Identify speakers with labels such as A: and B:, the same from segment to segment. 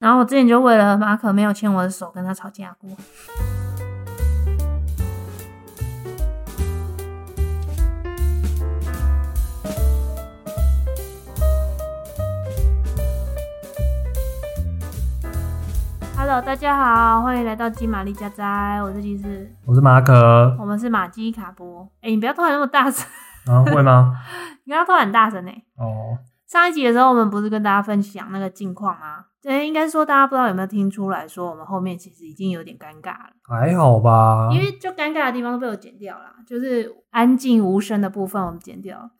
A: 然后我之前就为了马可没有牵我的手跟他吵架过。Hello，大家好，欢迎来到金玛丽家宅，我是金是，
B: 我是马可，
A: 我们是马基卡波。哎、你不要突然那么大声，
B: 啊，会吗？
A: 你刚刚突然很大声呢、欸
B: 哦，
A: 上一集的时候，我们不是跟大家分享那个近况吗？对，应该说大家不知道有没有听出来说，我们后面其实已经有点尴尬了，
B: 还好吧？
A: 因为就尴尬的地方都被我剪掉了，就是安静无声的部分我们剪掉了。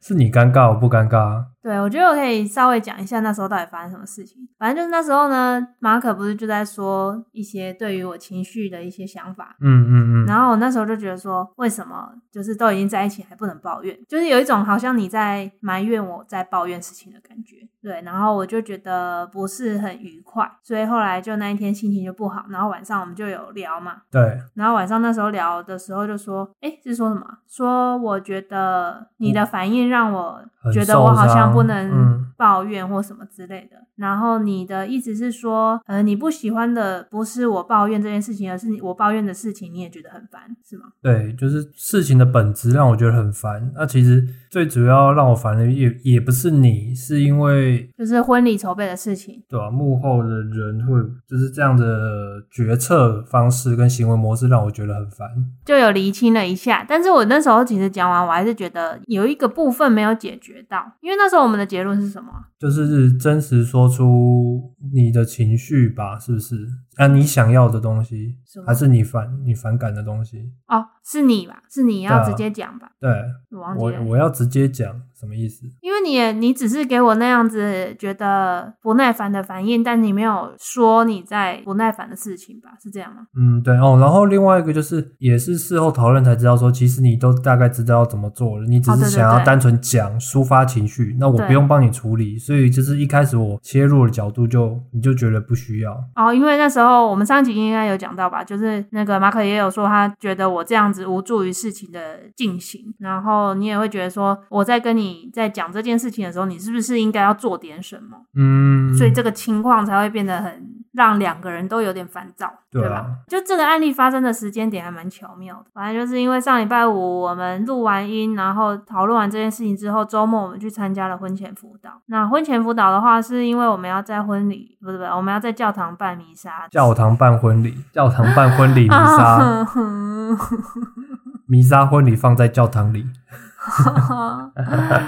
B: 是你尴尬，我不尴尬。
A: 对，我觉得我可以稍微讲一下那时候到底发生什么事情。反正就是那时候呢，马可不是就在说一些对于我情绪的一些想法，
B: 嗯嗯嗯，
A: 然后我那时候就觉得说，为什么就是都已经在一起还不能抱怨，就是有一种好像你在埋怨我在抱怨事情的感觉。对，然后我就觉得不是很愉快，所以后来就那一天心情就不好，然后晚上我们就有聊嘛，
B: 对，
A: 然后晚上那时候聊的时候就说，哎，是说什么啊？说我觉得你的反应让我
B: 嗯很
A: 觉得我好
B: 受
A: 像
B: 伤
A: 不能
B: 嗯
A: 抱怨或什么之类的。然后你的意思是说，呃，你不喜欢的不是我抱怨这件事情，而是你我抱怨的事情你也觉得很烦，是吗？
B: 对，就是事情的本质让我觉得很烦。那、其实最主要让我烦的也也不是你，是因为
A: 就是婚礼筹备的事情，
B: 对吧、啊幕后的人会就是这样的决策方式跟行为模式让我觉得很烦。
A: 就有厘清了一下。但是我那时候其实讲完，我还是觉得有一个部分没有解决到，因为那时候我们的结论是什么啊？
B: 就是真实说出你的情绪吧，是不是？啊，你想要的东西
A: 什么，
B: 还是你反你反感的东西？
A: 哦，是你吧？是你
B: 对
A: 要
B: 啊
A: 直接讲吧？
B: 对，
A: 我忘记了
B: 我。我要直接讲什么意思？
A: 因为你也你只是给我那样子觉得不耐烦的反应，但你没有说你在不耐烦的事情吧？是这样吗？
B: 嗯，对哦。然后另外一个就是，也是事后讨论才知道说，其实你都大概知道要怎么做了，你只
A: 哦对
B: 是
A: 对
B: 想要
A: 对
B: 单纯讲抒发情绪，那我
A: 对
B: 不用帮你处理，所以就是一开始我切入的角度就你就觉得不需要。
A: 哦，因为那时候我们上一集应该有讲到吧，就是那个马可也有说他觉得我这样子无助于事情的进行，然后你也会觉得说我在跟你在讲这件事情的时候，你是不是应该要做点什么？
B: 嗯，
A: 所以这个情况才会变得很让两个人都有点烦躁，
B: 对啊
A: 吧？就这个案例发生的时间点还蛮巧妙的，反正就是因为上礼拜五我们录完音，然后讨论完这件事情之后，周末我们去参加了婚前辅导。那婚前辅导的话，是因为我们要在婚礼，不是不是，我们要在教堂办弥撒，
B: 教堂办婚礼，教堂办婚 礼弥
A: 啊
B: 撒，弥撒婚礼放在教堂里。
A: 啊，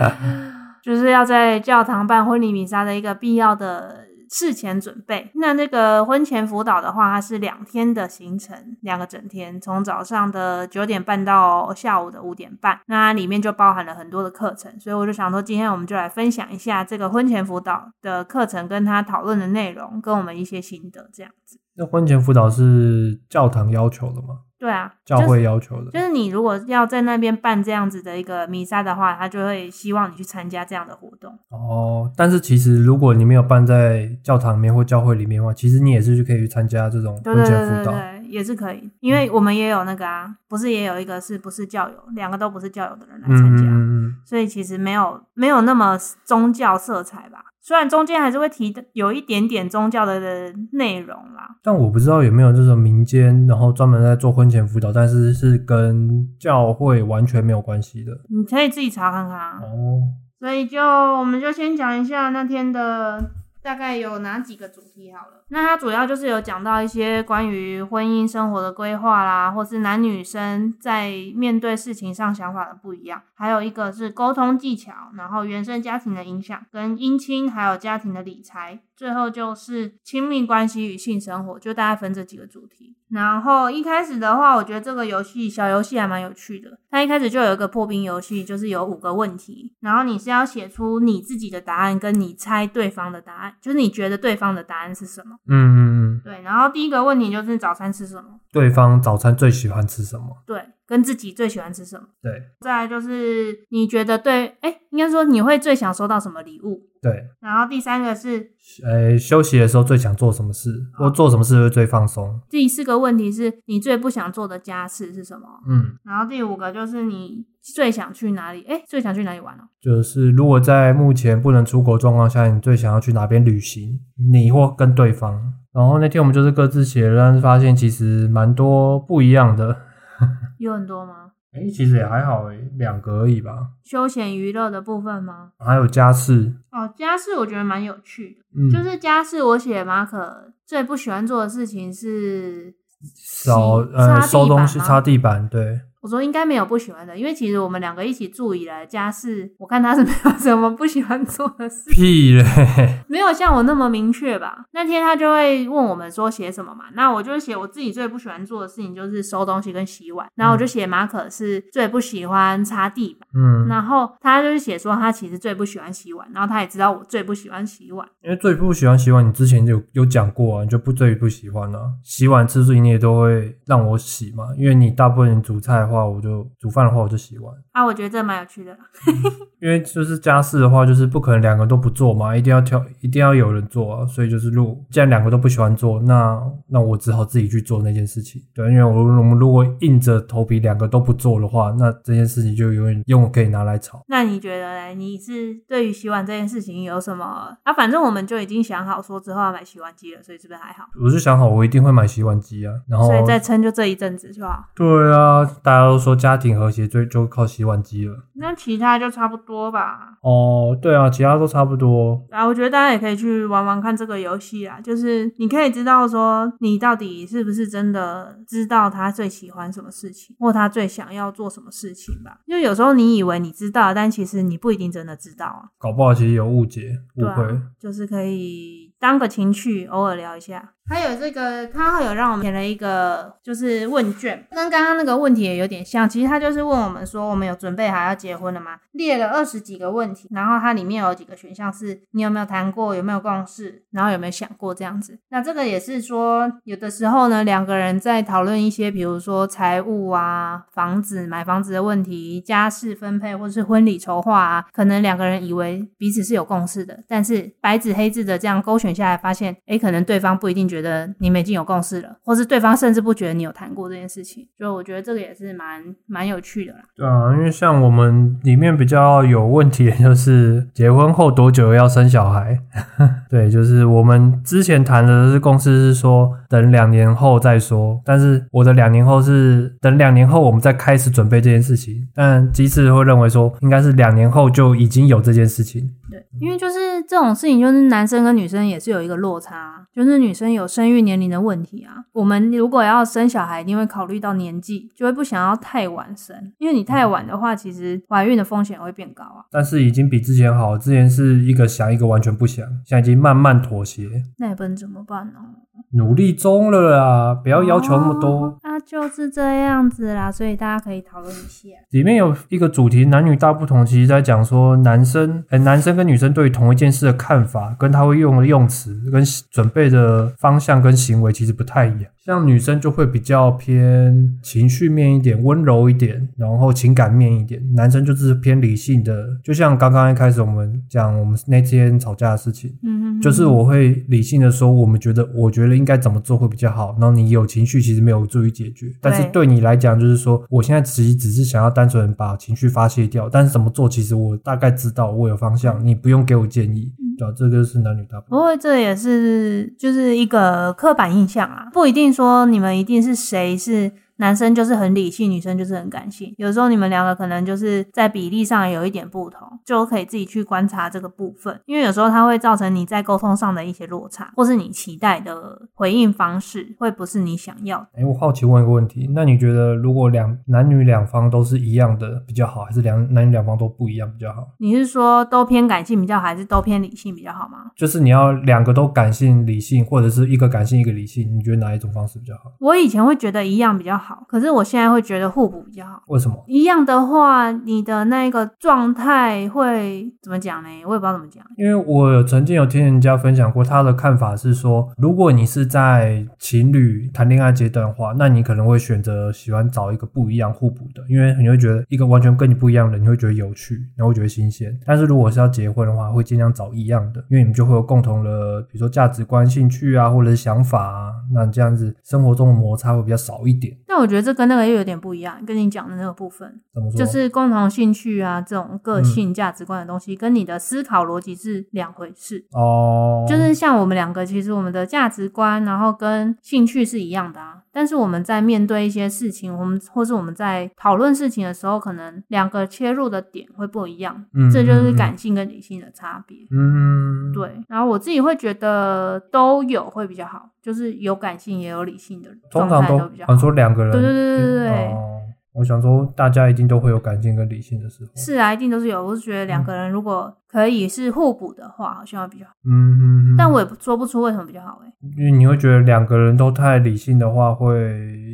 A: 就是要在教堂办婚礼弥撒的一个必要的事前准备。那那个婚前辅导的话，它是两天的行程，两个整天，从早上的九点半到下午的五点半。那里面就包含了很多的课程，所以我就想说，今天我们就来分享一下这个婚前辅导的课程，跟他讨论的内容，跟我们一些心得这样子。
B: 那婚前辅导是教堂要求的吗？
A: 对啊，
B: 教
A: 就是
B: 会要求的？
A: 就是你如果要在那边办这样子的一个弥撒的话，他就会希望你去参加这样的活动。
B: 哦，但是其实如果你没有办在教堂里面或教会里面的话，其实你也是去可以去参加这种
A: 对
B: 婚
A: 对
B: 前
A: 对对
B: 辅导。嗯
A: 对，也是可以，因为我们也有那个啊，不是也有一个是不是教友，两个都不是教友的人来
B: 嗯
A: 参
B: 嗯
A: 加，
B: 嗯嗯，
A: 所以其实没有没有那么宗教色彩吧。虽然中间还是会提的有一点点宗教的的内容啦，
B: 但我不知道有没有这种民间，然后专门在做婚前辅导，但是是跟教会完全没有关系的。
A: 你可以自己查看看啊。
B: 哦，
A: 所以就我们就先讲一下那天的大概有哪几个主题好了。那它主要就是有讲到一些关于婚姻生活的规划啦，或是男女生在面对事情上想法的不一样，还有一个是沟通技巧，然后原生家庭的影响，跟姻亲还有家庭的理财，最后就是亲密关系与性生活，就大概分这几个主题。然后一开始的话，我觉得这个游戏小游戏还蛮有趣的。它一开始就有一个破冰游戏，就是有五个问题，然后你是要写出你自己的答案，跟你猜对方的答案，就是你觉得对方的答案是什么。
B: 嗯嗯嗯，
A: 对，然后第一个问题就是早餐吃什么？
B: 对方早餐最喜欢吃什么？
A: 对，跟自己最喜欢吃什么。
B: 对
A: 再来就是你觉得对，哎，应该说你会最想收到什么礼物。
B: 对，
A: 然后第三个是
B: 呃，休息的时候最想做什么事，或做什么事会最放松。
A: 第四个问题是你最不想做的家事是什么？
B: 嗯，
A: 然后第五个就是你最想去哪里？哎，最想去哪里玩哦？
B: 就是如果在目前不能出国状况下，你最想要去哪边旅行？你或跟对方。然后那天我们就是各自写了，但是发现其实蛮多不一样的。
A: 有很多吗？
B: 哎，其实也还好诶，两个而已吧。
A: 休闲娱乐的部分吗？
B: 还有家事，
A: 哦，家事我觉得蛮有趣的，
B: 嗯，
A: 就是家事我写马可最不喜欢做的事情是
B: 扫
A: 洗擦
B: 呃
A: 地
B: 收东
A: 板
B: 西、
A: 吗
B: 擦地板，对，
A: 我说应该没有不喜欢的，因为其实我们两个一起住以来，家事我看他是没有什么不喜欢做的事，
B: 屁嘞，
A: 没有像我那么明确吧。那天他就会问我们说写什么嘛，那我就写我自己最不喜欢做的事情就是收东西跟洗碗，然后我就写马可是最不喜欢擦地板，
B: 嗯，
A: 然后他就是写说他其实最不喜欢洗碗，然后他也知道我最不喜欢洗碗，
B: 因为最不喜欢洗碗，你之前有有讲过啊，你就不最不喜欢了、洗碗次数你也都会让我洗嘛，因为你大部分煮菜的话，我就煮饭的话我就洗碗。
A: 啊，我觉得这蛮有趣的啦。
B: 因为就是家事的话，就是不可能两个都不做嘛，一定要挑，一定要有人做啊。所以就是，如果既然两个都不喜欢做，那那我只好自己去做那件事情。对，因为我我们如果硬着头皮两个都不做的话，那这件事情就永远用可以拿来吵。
A: 那你觉得嘞？你是对于洗碗这件事情有什么啊？反正我们就已经想好说之后要买洗碗机了，所以是不是还好？
B: 我就想好，我一定会买洗碗机啊。然后，
A: 所以再撑就这一阵子就好。
B: 对啊，大家都说家庭和谐最就靠洗碗机了。
A: 那其他就差不多吧。
B: 哦，对啊，其他都差不多。
A: 啊，我觉得大家也可以去玩玩看这个游戏啊，就是你可以知道说你到底是不是真的知道他最喜欢什么事情，或他最想要做什么事情吧。因为有时候你以为你知道，但其实你不一定真的知道啊。
B: 搞不好其实有误解、误
A: 对
B: 会。
A: 啊，就是可以当个情趣，偶尔聊一下。还有这个，他还有让我们填了一个就是问卷，跟刚刚那个问题也有点像。其实他就是问我们说，我们有准备好要结婚了吗？列了二十几个问题，然后它里面有几个选项是你有没有谈过，有没有共识，然后有没有想过这样子。那这个也是说，有的时候呢，两个人在讨论一些，比如说财务啊、房子、买房子的问题、家事分配或是婚礼筹划啊，可能两个人以为彼此是有共识的，但是白纸黑字的这样勾选下来，发现，诶，可能对方不一定觉得你们已经有共识了，或是对方甚至不觉得你有谈过这件事情。就我觉得这个也是蛮蛮有趣的啦。
B: 对啊，因为像我们里面比较有问题的就是结婚后多久要生小孩？ 对，就是我们之前谈的是公司是说等两年后再说，但是我的两年后是等两年后我们再开始准备这件事情，但鸡翅会认为说应该是两年后就已经有这件事情。
A: 对，因为就是这种事情，就是男生跟女生也是有一个落差啊，就是女生有生育年龄的问题啊。我们如果要生小孩，一定会考虑到年纪，就会不想要太晚生，因为你
B: 嗯
A: 太晚的话，其实怀孕的风险会变高啊。
B: 但是已经比之前好，之前是一个想一个完全不想，现在已经慢慢妥协，
A: 那也不能怎么办哦呢、
B: 努力中了啦，不
A: 不
B: 要要求那么多。
A: 那、啊就是这样子啦，所以大家可以讨论一下。
B: 里面有一个主题“男女大不同”，其实在讲说男生，哎、男生跟女生对于同一件事的看法，跟他会用的用词，跟准备的方向跟行为其实不太一样。像女生就会比较偏情绪面一点，温柔一点，然后情感面一点；男生就是偏理性的。就像刚刚一开始我们讲我们那天吵架的事情，
A: 嗯哼，
B: 就是我会理性的说，我们觉得我觉得应该怎么做会比较好。然后你有情绪，其实没有注意解决，但是对你来讲，就是说我现在其实只是想要单纯把情绪发泄掉，但是怎么做，其实我大概知道，我有方向，你不用给我建议，对啊吧、这个就是男女大不
A: 不
B: 同。
A: 过这也是就是一个刻板印象啊，不一定说你们一定是谁是男生就是很理性，女生就是很感性。有时候你们两个可能就是在比例上有一点不同，就可以自己去观察这个部分，因为有时候它会造成你在沟通上的一些落差，或是你期待的回应方式会不是你想要的。
B: 哎，我好奇问一个问题，那你觉得如果两男女两方都是一样的比较好，还是两男女两方都不一样比较好？
A: 你是说都偏感性比较好，还是都偏理性比较好吗？
B: 就是你要两个都感性理性，或者是一个感性一个理性，你觉得哪一种方式比较好？
A: 我以前会觉得一样比较好、好，可是我现在会觉得互补比较好。
B: 为什么？
A: 一样的话，你的那个状态会怎么讲呢？我也不知道怎么讲。
B: 因为我有曾经有听人家分享过，他的看法是说，如果你是在情侣谈恋爱阶段的话，那你可能会选择喜欢找一个不一样互补的，因为你会觉得一个完全跟你不一样的人，你会觉得有趣，然后会觉得新鲜。但是如果是要结婚的话，会尽量找一样的，因为你们就会有共同的，比如说价值观、兴趣啊，或者是想法啊，那这样子生活中的摩擦会比较少一点。
A: 但我觉得这跟那个又有点不一样，跟你讲的那个部分，
B: 怎么说？
A: 就是共同兴趣啊，这种个性、价值观的东西，跟你的思考逻辑是两回事。
B: 哦，
A: 就是像我们两个，其实我们的价值观，然后跟兴趣是一样的啊。但是我们在面对一些事情，我们或是我们在讨论事情的时候，可能两个切入的点会不一样，
B: 嗯
A: 这就是
B: 嗯嗯
A: 感性跟理性的差别。
B: 嗯，
A: 对，然后我自己会觉得都有会比较好，就是有感性也有理性的状
B: 通常
A: 态
B: 都
A: 比较好
B: 想。说两个人，
A: 对对对对对
B: 哦，我想说大家一定都会有感性跟理性的时候。
A: 是啊，一定都是有。我是觉得两个人如果可以是互补的话，好像会比较好。
B: 嗯嗯，嗯嗯
A: 但我也不说不出为什么比较好哎、
B: 因为你会觉得两个人都太理性的话，会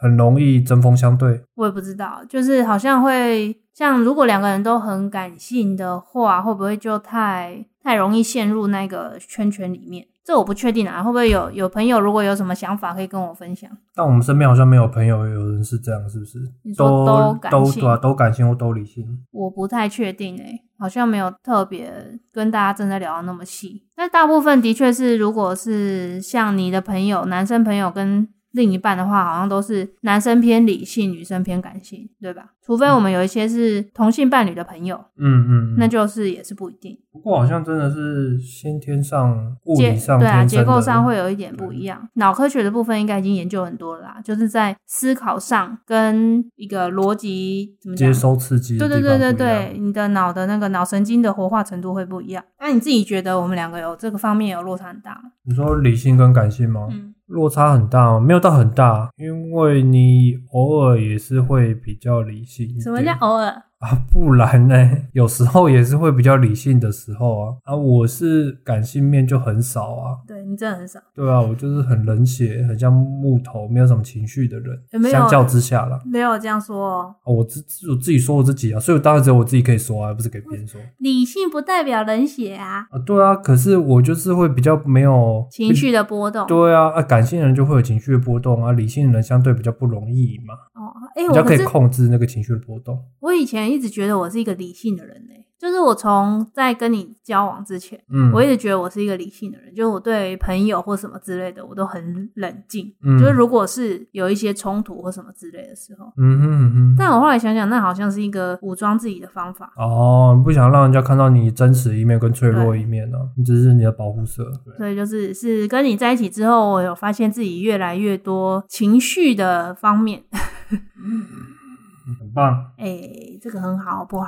B: 很容易针锋相对。
A: 我也不知道，就是好像会像如果两个人都很感性的话，会不会就太太容易陷入那个圈圈里面？这我不确定啊，会不会有有朋友如果有什么想法可以跟我分享？
B: 但我们身边好像没有朋友有人是这样，是不是？
A: 你说
B: 都
A: 都感性
B: 对啊，都感性或都理性。
A: 我不太确定诶、欸好像没有特别跟大家真的聊到那么细。但大部分的确是，如果是像你的朋友，男生朋友跟另一半的话，好像都是男生偏理性，女生偏感性，对吧？除非我们有一些是同性伴侣的朋友，
B: 嗯嗯，嗯
A: 那就是也是不一定，
B: 不过好像真的是先天上物
A: 结
B: 理上
A: 对啊，
B: 天生
A: 结构
B: 的
A: 上会有一点不一样。脑科学的部分应该已经研究很多了啦，就是在思考上跟一个逻辑怎么讲
B: 接收刺激的
A: 对对
B: 地
A: 对
B: 方
A: 对
B: 不一样
A: 对，你的脑的那个脑神经的活化程度会不一样。那你自己觉得我们两个有这个方面有落差很大吗？
B: 你说理性跟感性吗？
A: 嗯，
B: 落差很大哦，没有到很大，因为你偶尔也是会比较理性一点。
A: 什么叫偶尔？
B: 啊？不然呢？有时候也是会比较理性的时候啊啊！我是感性面就很少啊，
A: 对你真的很少，
B: 对啊，我就是很冷血，很像木头，没有什么情绪的人。
A: 有没有
B: 相较之下啦，
A: 没有这样说哦。
B: 啊我自我自己说我自己啊，所以我当然只有我自己可以说啊，而不是给别人说
A: 理性不代表冷血 啊，
B: 啊。对啊，可是我就是会比较没有
A: 情。绪的波动。
B: 对啊，啊，感性人就会有情绪的波动啊，理性人相对比较不容易嘛。
A: 哦，哎、
B: 比较
A: 我
B: 可
A: 可
B: 以
A: 是
B: 控制那个情绪的波动。
A: 我以前一直觉得我是一个理性的人呢、就是我从在跟你交往之前，
B: 嗯，
A: 我一直觉得我是一个理性的人，就是我对朋友或什么之类的，我都很冷静。
B: 嗯
A: 就是如果是有一些冲突或什么之类的时候，
B: 嗯哼嗯哼，
A: 但我后来想想，那好像是一个武装自己的方法。
B: 哦，你不想让人家看到你真实一面跟脆弱一面呢、你只是你的保护色。
A: 所以就是是跟你在一起之后，我有发现自己越来越多情绪的方面。
B: 很棒，
A: 哎、这个很好不好？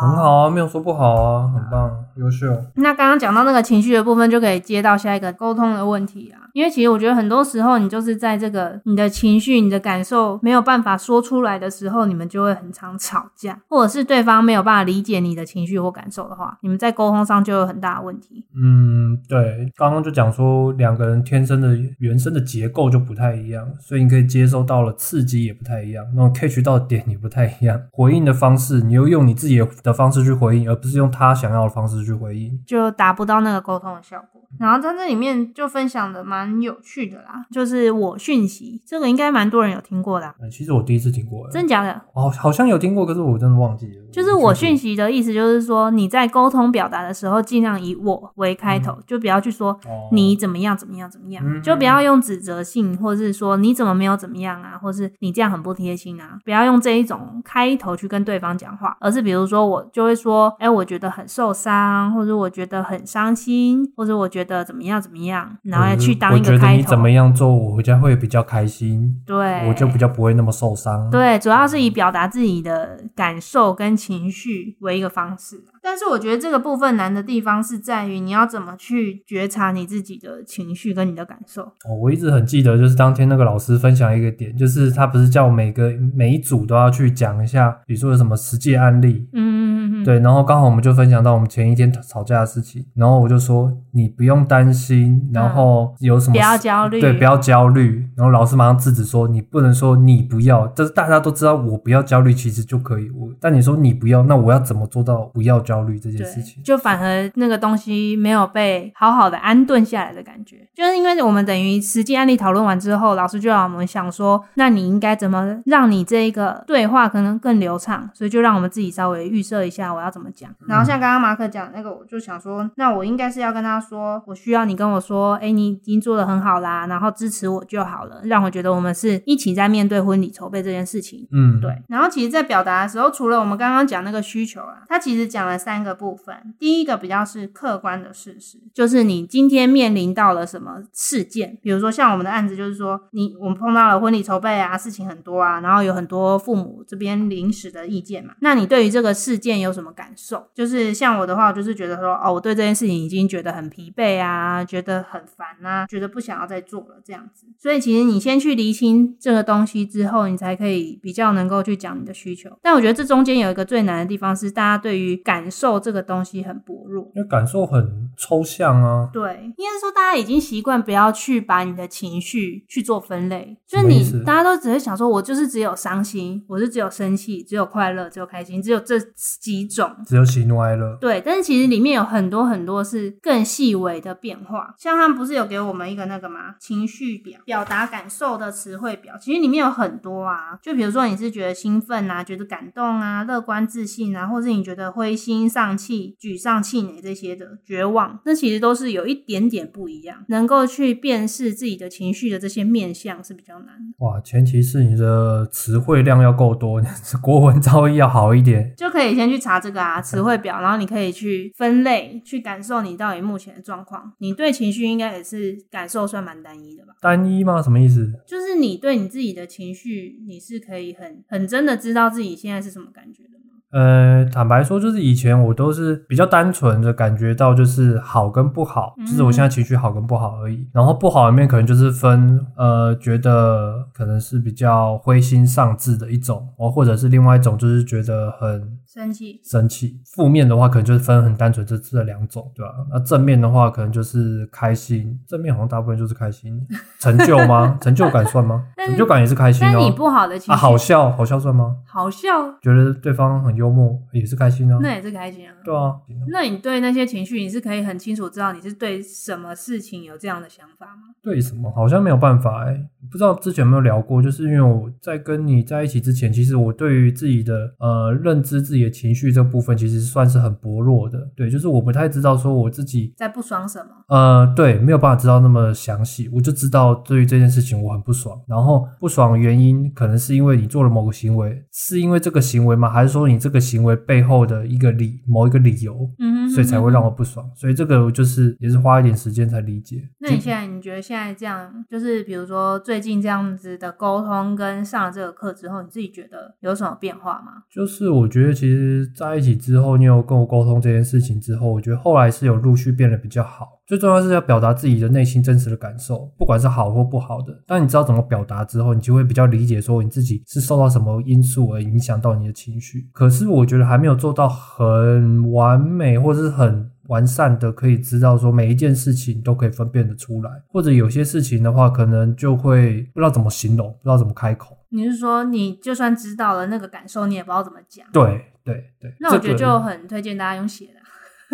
B: 很。好啊，没有说不好啊，很棒，优秀。
A: 那刚刚讲到那个情绪的部分，就可以接到下一个沟通的问题啦。因为其实我觉得很多时候，你就是在这个你的情绪、你的感受没有办法说出来的时候，你们就会很常吵架，或者是对方没有办法理解你的情绪或感受的话，你们在沟通上就有很大的问题。
B: 嗯，对，刚刚就讲说两个人天生的原生的结构就不太一样，所以你可以接收到了刺激也不太一样，那种 catch 到的点也不太一样，回应的方式你又用你自己的方式去回应，而不是用他想要的方式去回应。
A: 就达不到那个沟通的效果。然后在这里面就分享的蛮有趣的啦，就是我讯息这个应该蛮多人有听过的啊、
B: 嗯，其实我第一次听过，欸
A: 真假的？
B: 好，好像有听过，可是我真的忘记了。
A: 就是我讯息的意思，就是说你在沟通表达的时候，尽量以我为开头，就不要去说
B: 哦
A: 你怎么样怎么样怎么
B: 嗯
A: 样，就不要用指责性，或是说你怎么没有怎么样啊，或是你这样很不贴心啊，不要用这一种开头去跟对方讲话，而是比如说我就会说，哎、我觉得很受伤，或者我觉得很伤心，或者我觉得怎么样怎么样，然后要去当一
B: 嗯我
A: 个
B: 觉得
A: 开
B: 你怎
A: 头
B: 么，样做，我回家会比较开心，
A: 对，
B: 我就比较不会那么受伤。，
A: 对，主要是以表达自己的感受跟情绪为一个方式。啊但是我觉得这个部分难的地方是在于你要怎么去觉察你自己的情绪跟你的感受。
B: 哦，我一直很记得，就是当天那个老师分享一个点，就是他不是叫每个每一组都要去讲一下，比如说有什么实际案例。
A: 嗯嗯嗯嗯，
B: 对，然后刚好我们就分享到我们前一天吵架的事情，然后我就说你不用担心，然后有什
A: 嗯
B: 么
A: 不要焦虑，
B: 对，不要焦虑。然后老师马上制止说，你不能说你不要，但是大家都知道我不要焦虑，其实就可以。我但你说你不要，那我要怎么做到不要焦虑这件事情
A: 对，？就反而那个东西没有被好好的安顿下来的感觉，就是因为我们等于实际案例讨论完之后，老师就让我们想说，那你应该怎么让你这一个对话可能更流畅，所以就让我们自己稍微预设一下我要怎么讲。然后
B: 嗯
A: 像刚刚马克讲那个，我就想说，那我应该是要跟他说，我需要你跟我说，哎，你已经做的很好啦，然后支持我就好了，让我觉得我们是一起在面对婚礼筹备这件事情，
B: 嗯，
A: 对，然后其实，在表达的时候，除了我们刚刚讲那个需求啊，它其实讲了三个部分。第一个比较是客观的事实，就是你今天面临到了什么事件，比如说像我们的案子，就是说你我们碰到了婚礼筹备啊，事情很多啊，然后有很多父母这边临时的意见嘛。那你对于这个事件有什么感受？就是像我的话，我就是觉得说，哦，我对这件事情已经觉得很疲惫啊，觉得很烦啊，觉得不想要再做了这样子。所以其实你先去厘清这个东西之后，你才可以比较能够去讲你的需求。但我觉得这中间有一个最难的地方是，大家对于感受这个东西很薄弱。
B: 因为感受很抽象啊。
A: 对，应该说大家已经习惯不要去把你的情绪去做分类，就
B: 什
A: 是
B: 么意
A: 你
B: 思
A: 大家都只会想说，我就是只有伤心，我是只有生气，只有快乐，只有开心，只有这几种。
B: 只有喜怒哀乐，
A: 对，但是其实里面有很多很多是更细微的变化，像他们不是有给我们一个那个吗？情绪表，表达感受的词汇表，其实里面有很多啊，就比如说你是觉得兴奋啊，觉得感动啊，乐观自信啊，或是你觉得灰心丧气、沮丧、气馁这些的绝望，那其实都是有一点点不一样，能够去辨识自己的情绪的这些面相是比较难的。
B: 哇！前提是你的词汇量要够多， 你的国文造诣要好一点。
A: 就可以先去查这个
B: 嗯
A: 啊词汇表，然后你可以去分类，去感受你到底目前的状况。你对情绪应该也是感受算蛮单一的吧？
B: 单一吗？什么意思？
A: 就是你对你自己的情绪，你是可以很很真的知道自己现在是什么感觉的吗？
B: 呃，坦白说，就是以前我都是比较单纯的感觉到，就是好跟不好，就是我现
A: 嗯
B: 在情绪好跟不好而已。然后不好里面可能就是分，呃，觉得可能是比较灰心丧志的一种，哦，或者是另外一种就是觉得很
A: 生气，
B: 生气。负面的话，可能就是分很单纯这这两种，对吧、那正面的话，可能就是开心，正面好像大部分就是开心，成就 吗？成就感算吗？
A: 但是
B: 成就感也是开心
A: 但你
B: 哦。
A: 不好的情
B: 啊，
A: 绪，
B: 好笑，好笑算吗？
A: 好笑，
B: 觉得对方很幽默，也是开心啊。
A: 那也是开心啊。
B: 对啊，
A: 那你对那些情绪，你是可以很清楚知道你是对什么事情有这样的想法吗？
B: 对什么好像没有办法哎、不知道之前有没有聊过，就是因为我在跟你在一起之前，其实我对于自己的呃认知自己的情绪这部分，其实算是很薄弱的。对，就是我不太知道说我自己
A: 在不爽什么？
B: 呃，对，没有办法知道那么详细，我就知道对于这件事情我很不爽。然后不爽的原因可能是因为你做了某个行为，是因为这个行为吗？还是说你这个行为背后的一个理某一个理由，
A: 嗯哼
B: 所以才会让
A: 我。
B: 我不爽？所以这个我就是也是花一点时间才理解。
A: 那你现在你觉得现在这样，就是比如说最近这样子的沟通跟上了这个课之后，你自己觉得有什么变化吗？
B: 就是我觉得，其实在一起之后，你有跟我沟通这件事情之后，我觉得后来是有陆续变得比较好。最重要是要表达自己的内心真实的感受，不管是好或不好的。当你知道怎么表达之后，你就会比较理解说你自己是受到什么因素而影响到你的情绪。可是我觉得还没有做到很完美，或者是很。完善的可以知道说每一件事情都可以分辨得出来，或者有些事情的话，可能就会不知道怎么形容，不知道怎么开口。
A: 你是说你就算知道了那个感受，你也不知道怎么讲？
B: 对对对，
A: 那我
B: 这
A: 觉得
B: 个
A: 就很推荐大家用写的啊。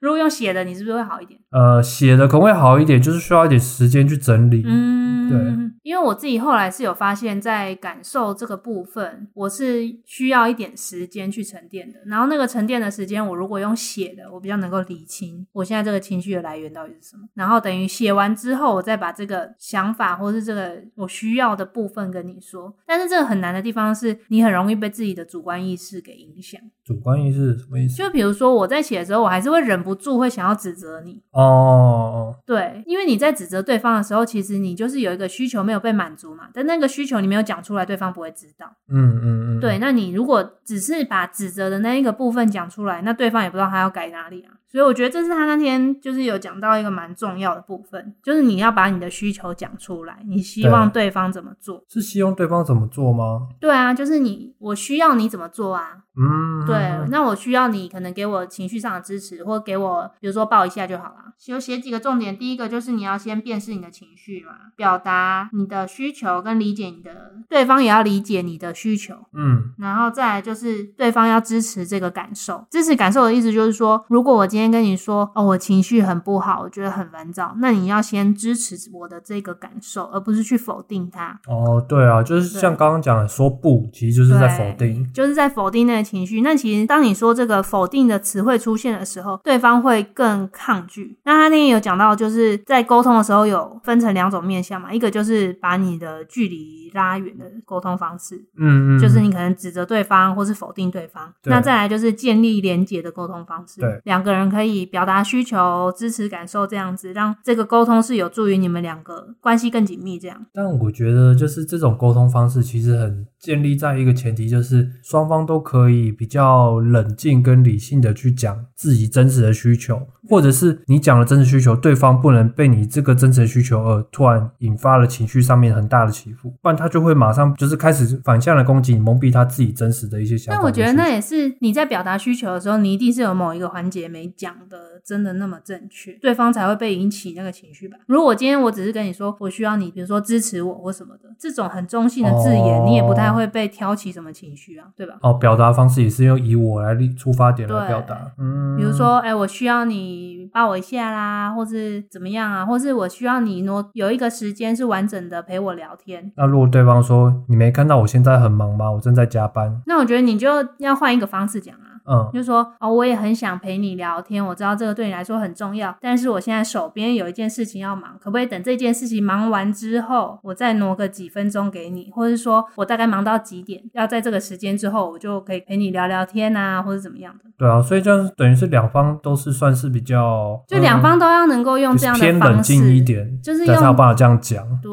A: 如果用写的，你是不是会好一点？
B: 呃，写的可能会好一点，就是需要一点时间去整理。
A: 嗯，
B: 对，
A: 因为我自己后来是有发现，在感受这个部分，我是需要一点时间去沉淀的。然后那个沉淀的时间，我如果用写的，我比较能够理清我现在这个情绪的来源到底是什么。然后等于写完之后，我再把这个想法或是这个我需要的部分跟你说。但是这个很难的地方是，你很容易被自己的主观意识给影响。
B: 主观意识是什么意思？
A: 就比如说我在写的时候，我还是会忍不住会想要指责你，
B: 哦，
A: 对，因为你在指责对方的时候，其实你就是有一个需求没有被满足嘛，但那个需求你没有讲出来，对方不会知道。
B: 嗯嗯嗯，
A: 对，，那你如果只是把指责的那一个部分讲出来，那对方也不知道他要改哪里啊，所以所以我觉得这是他那天就是有讲到一个蛮重要的部分，就是你要把你的需求讲出来，你希望对方怎么做。
B: 是希望对方怎么做吗？
A: 对啊，就是你我需要你怎么做啊？
B: 嗯，
A: 对，那我需要你可能给我情绪上的支持，或给我比如说抱一下就好了。有写几个重点，第一个就是你要先辨识你的情绪嘛，表达你的需求跟理解你的对方也要理解你的需求。
B: 嗯，
A: 然后再来就是对方要支持这个感受，支持感受的意思就是说，如果我今天跟你说，哦，我情绪很不好，我觉得很烦躁，那你要先支持我的这个感受，而不是去否定它，
B: 哦，对啊，就是像刚刚讲的，说不，其实就是在否定。
A: 就是在否定那个情绪。那其实当你说这个否定的词汇出现的时候，对方会更抗拒。那他那天有讲到，就是在沟通的时候有分成两种面向嘛，一个就是把你的距离拉远的沟通方式，
B: 嗯嗯，
A: 就是你可能指责对方或是否定对方。
B: 对
A: 那再来就是建立连结的沟通方式，
B: 对
A: 两个人可以表达需求、支持感受这样子，让这个沟通是有助于你们两个关系更紧密。这样
B: 但我觉得，就是这种沟通方式，其实很建立在一个前提，就是双方都可以比较冷静跟理性的去讲自己真实的需求，或者是你讲了真实需求，对方不能被你这个真实的需求而突然引发了情绪上面很大的起伏，不然他就会马上就是开始反向的攻击你，蒙蔽他自己真实的一些想法。
A: 但我觉得那，也是你在表达需求的时候，你一定是有某一个环节没讲的真的那么正确，对方才会被引起那个情绪吧。如果今天我只是跟你说我需要你，比如说支持我或什么的，这种很中性的字眼，
B: 哦
A: 你也不太会被挑起什么情绪啊，对吧？
B: 哦，表达方式也是用以我来立出发点来表达，嗯，
A: 比如说，哎、我需要你抱我一下啦，或是怎么样啊，或是我需要你挪有一个时间是完整的陪我聊天。
B: 那如果对方说你没看到我现在很忙吗？我正在加班，
A: 那我觉得你就要换一个方式讲啊，
B: 嗯。
A: 就说哦，我也很想陪你聊天，我知道这个对你来说很重要，但是我现在手边有一件事情要忙，可不可以等这件事情忙完之后，我再挪个几分钟给你，或是说我大概忙到几点，要在这个时间之后，我就可以陪你聊聊天啊，或者怎么样的。
B: 对啊，所以这样等于是两方都是算是比较，
A: 就两
B: 嗯
A: 方都要能够用
B: 就
A: 这
B: 是
A: 样的方式，
B: 偏冷静一点，
A: 就是
B: 才有
A: 用
B: 办法这样讲。
A: 对。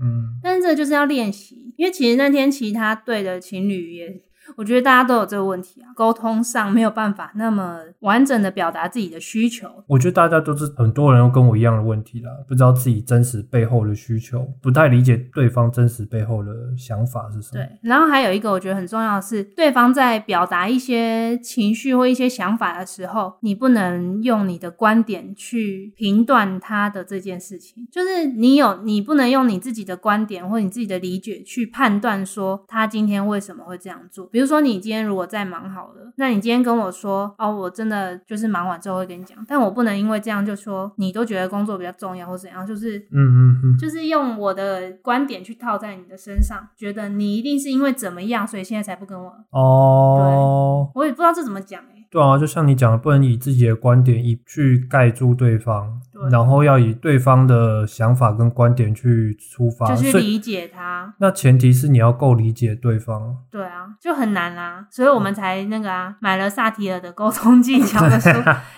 B: 嗯，
A: 但是这就是要练习，因为其实那天其他队的情侣也，我觉得大家都有这个问题啊，沟通上没有办法那么完整的表达自己的需求。
B: 我觉得大家都是很多人都跟我一样的问题啦，不知道自己真实背后的需求，不太理解对方真实背后的想法是什么。
A: 对，然后还有一个我觉得很重要的是，对方在表达一些情绪或一些想法的时候，你不能用你的观点去评断他的这件事情，就是你有你不能用你自己的观点或你自己的理解去判断说他今天为什么会这样做。比如说你今天如果在忙好了，那你今天跟我说哦，我真的就是忙完之后会跟你讲，但我不能因为这样就说你都觉得工作比较重要或怎样，就是
B: 嗯嗯嗯，
A: 就是用我的观点去套在你的身上，觉得你一定是因为怎么样，所以现在才不跟我。
B: 哦，
A: 我也不知道这怎么讲哎、
B: 对啊，就像你讲的，不能以自己的观点以去盖住对方，
A: 对
B: 然后要以对方的想法跟观点去出发，
A: 就去
B: 所以
A: 理解他，
B: 那前提是你要够理解对方。
A: 对啊，就很难啦、所以我们才那个啊，买了萨提尔的沟通技巧的书，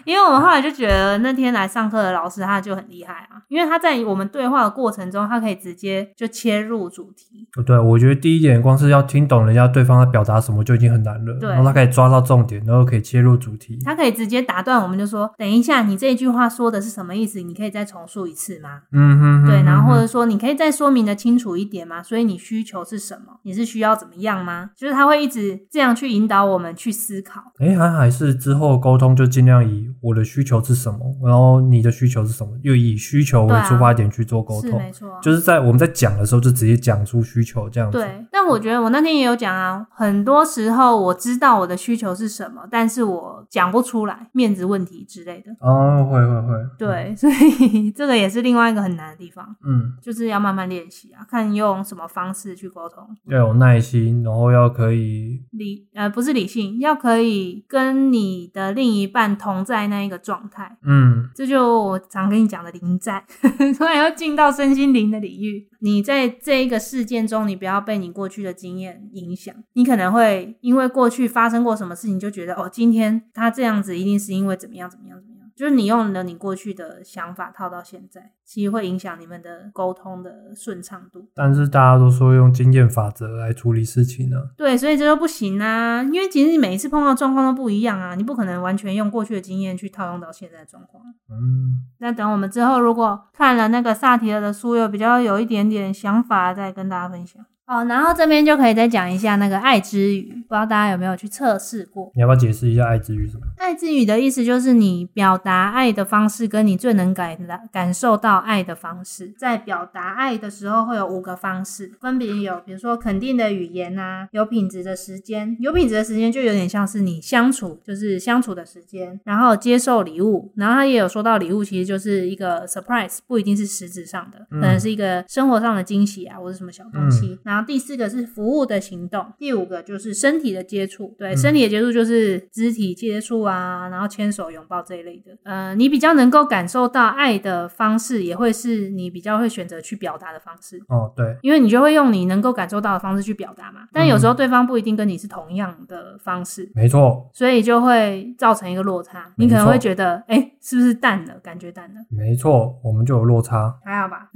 A: 因为我们后来就觉得那天来上课的老师他就很厉害啊，因为他在我们对话的过程中，他可以直接就切入主题，
B: 对，我觉得第一点光是要听懂人家对方在表达什么就已经很难了，
A: 对
B: 然后他可以抓到重点，然后可以切入主题。
A: 他可以直接打断我们，就说等一下，你这一句话说的是什么意思？你可以再重述一次吗？
B: 嗯哼哼
A: 对，然后或
B: 哼
A: 者说你可以再说明的清楚一点吗？所以你需求是什么？你是需要怎么样吗？就是他会一直这样去引导我们去思考。
B: 哎，还还是之后沟通就尽量以我的需求是什么，然后你的需求是什么，又以需求为
A: 对啊
B: 出发点去做沟
A: 是
B: 通，
A: 没错啊、
B: 就是在我们在讲的时候就直接讲出需求这样子。嗯
A: 对，但我觉得我那天也有讲啊，很多时候我知道我的需求是什么，但是我讲不出来，面子问题之类的。
B: 哦，会会会，
A: 对， 所以这个也是另外一个很难的地方，
B: 嗯，
A: 就是要慢慢练习啊，看用什么方式去沟通。
B: 要有耐心，然后要可以，
A: 理呃不是理性，要可以跟你的另一半同在那一个状态。
B: 嗯，
A: 这就我常跟你讲的灵在， 突然要进到身心灵的领域。你在这一个事件中，你不要被你过去的经验影响，你可能会因为过去发生过什么事情，就觉得哦，今天他这样子一定是因为怎么样怎么样怎么样，就是你用了你过去的想法套到现在，其实会影响你们的沟通的顺畅度。
B: 但是大家都说用经验法则来处理事情呢、
A: 对，所以这就不行啊，因为其实你每一次碰到的状况都不一样啊，你不可能完全用过去的经验去套用到现在的状况。
B: 嗯，
A: 那等我们之后如果看了那个萨提尔的书，有比较有一点点想法，再跟大家分享。哦，然后这边就可以再讲一下那个爱之语，不知道大家有没有去测试过？
B: 你要不要解释一下爱之语什么？
A: 爱之语的意思就是你表达爱的方式，跟你最能感感受到爱的方式。在表达爱的时候，会有五个方式，分别有比如说肯定的语言啊，有品质的时间，有品质的时间就有点像是你相处，就是相处的时间，然后接受礼物，然后他也有说到礼物其实就是一个 surprise，不一定是实质上的，可能是一个生活上的惊喜啊，或者什么小东西。然后
B: 嗯
A: 第四个是服务的行动，第五个就是身体的接触，
B: 嗯
A: 对，身体的接触就是肢体接触啊，然后牵手、拥抱这一类的。呃，你比较能够感受到爱的方式，也会是你比较会选择去表达的方式。
B: 哦，对，
A: 因为你就会用你能够感受到的方式去表达嘛，但有
B: 嗯
A: 时候对方不一定跟你是同样的方式，
B: 没错，
A: 所以就会造成一个落差。
B: 没
A: 你可能
B: 错
A: 会觉得，哎、是不是淡了？感觉淡了，
B: 没错，我们就有落差，
A: 还好吧？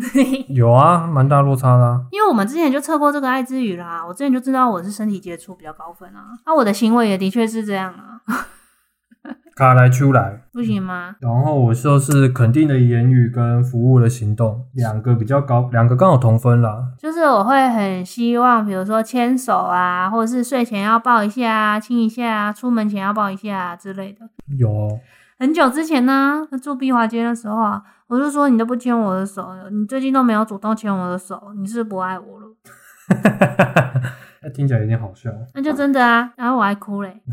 B: 有啊，蛮大落差啦、
A: 因为我们之前就测过这个爱之语啦，我之前就知道我是身体接触比较高分啊，啊，我的行为也的确是这样啊，
B: 卡来出来。
A: 不行吗？
B: 然后我就是肯定的言语跟服务的行动，两个比较高，两个刚好同分啦。
A: 就是我会很希望，比如说牵手啊，或者是睡前要抱一下啊、亲一下啊，出门前要抱一下啊之类的。
B: 有哦
A: 很久之前呢、住碧华街的时候啊，我就说你都不牵我的手，你最近都没有主动牵我的手，你是不是不爱我了？
B: 那听起来有点好笑。
A: 那就真的啊，然后我还哭嘞。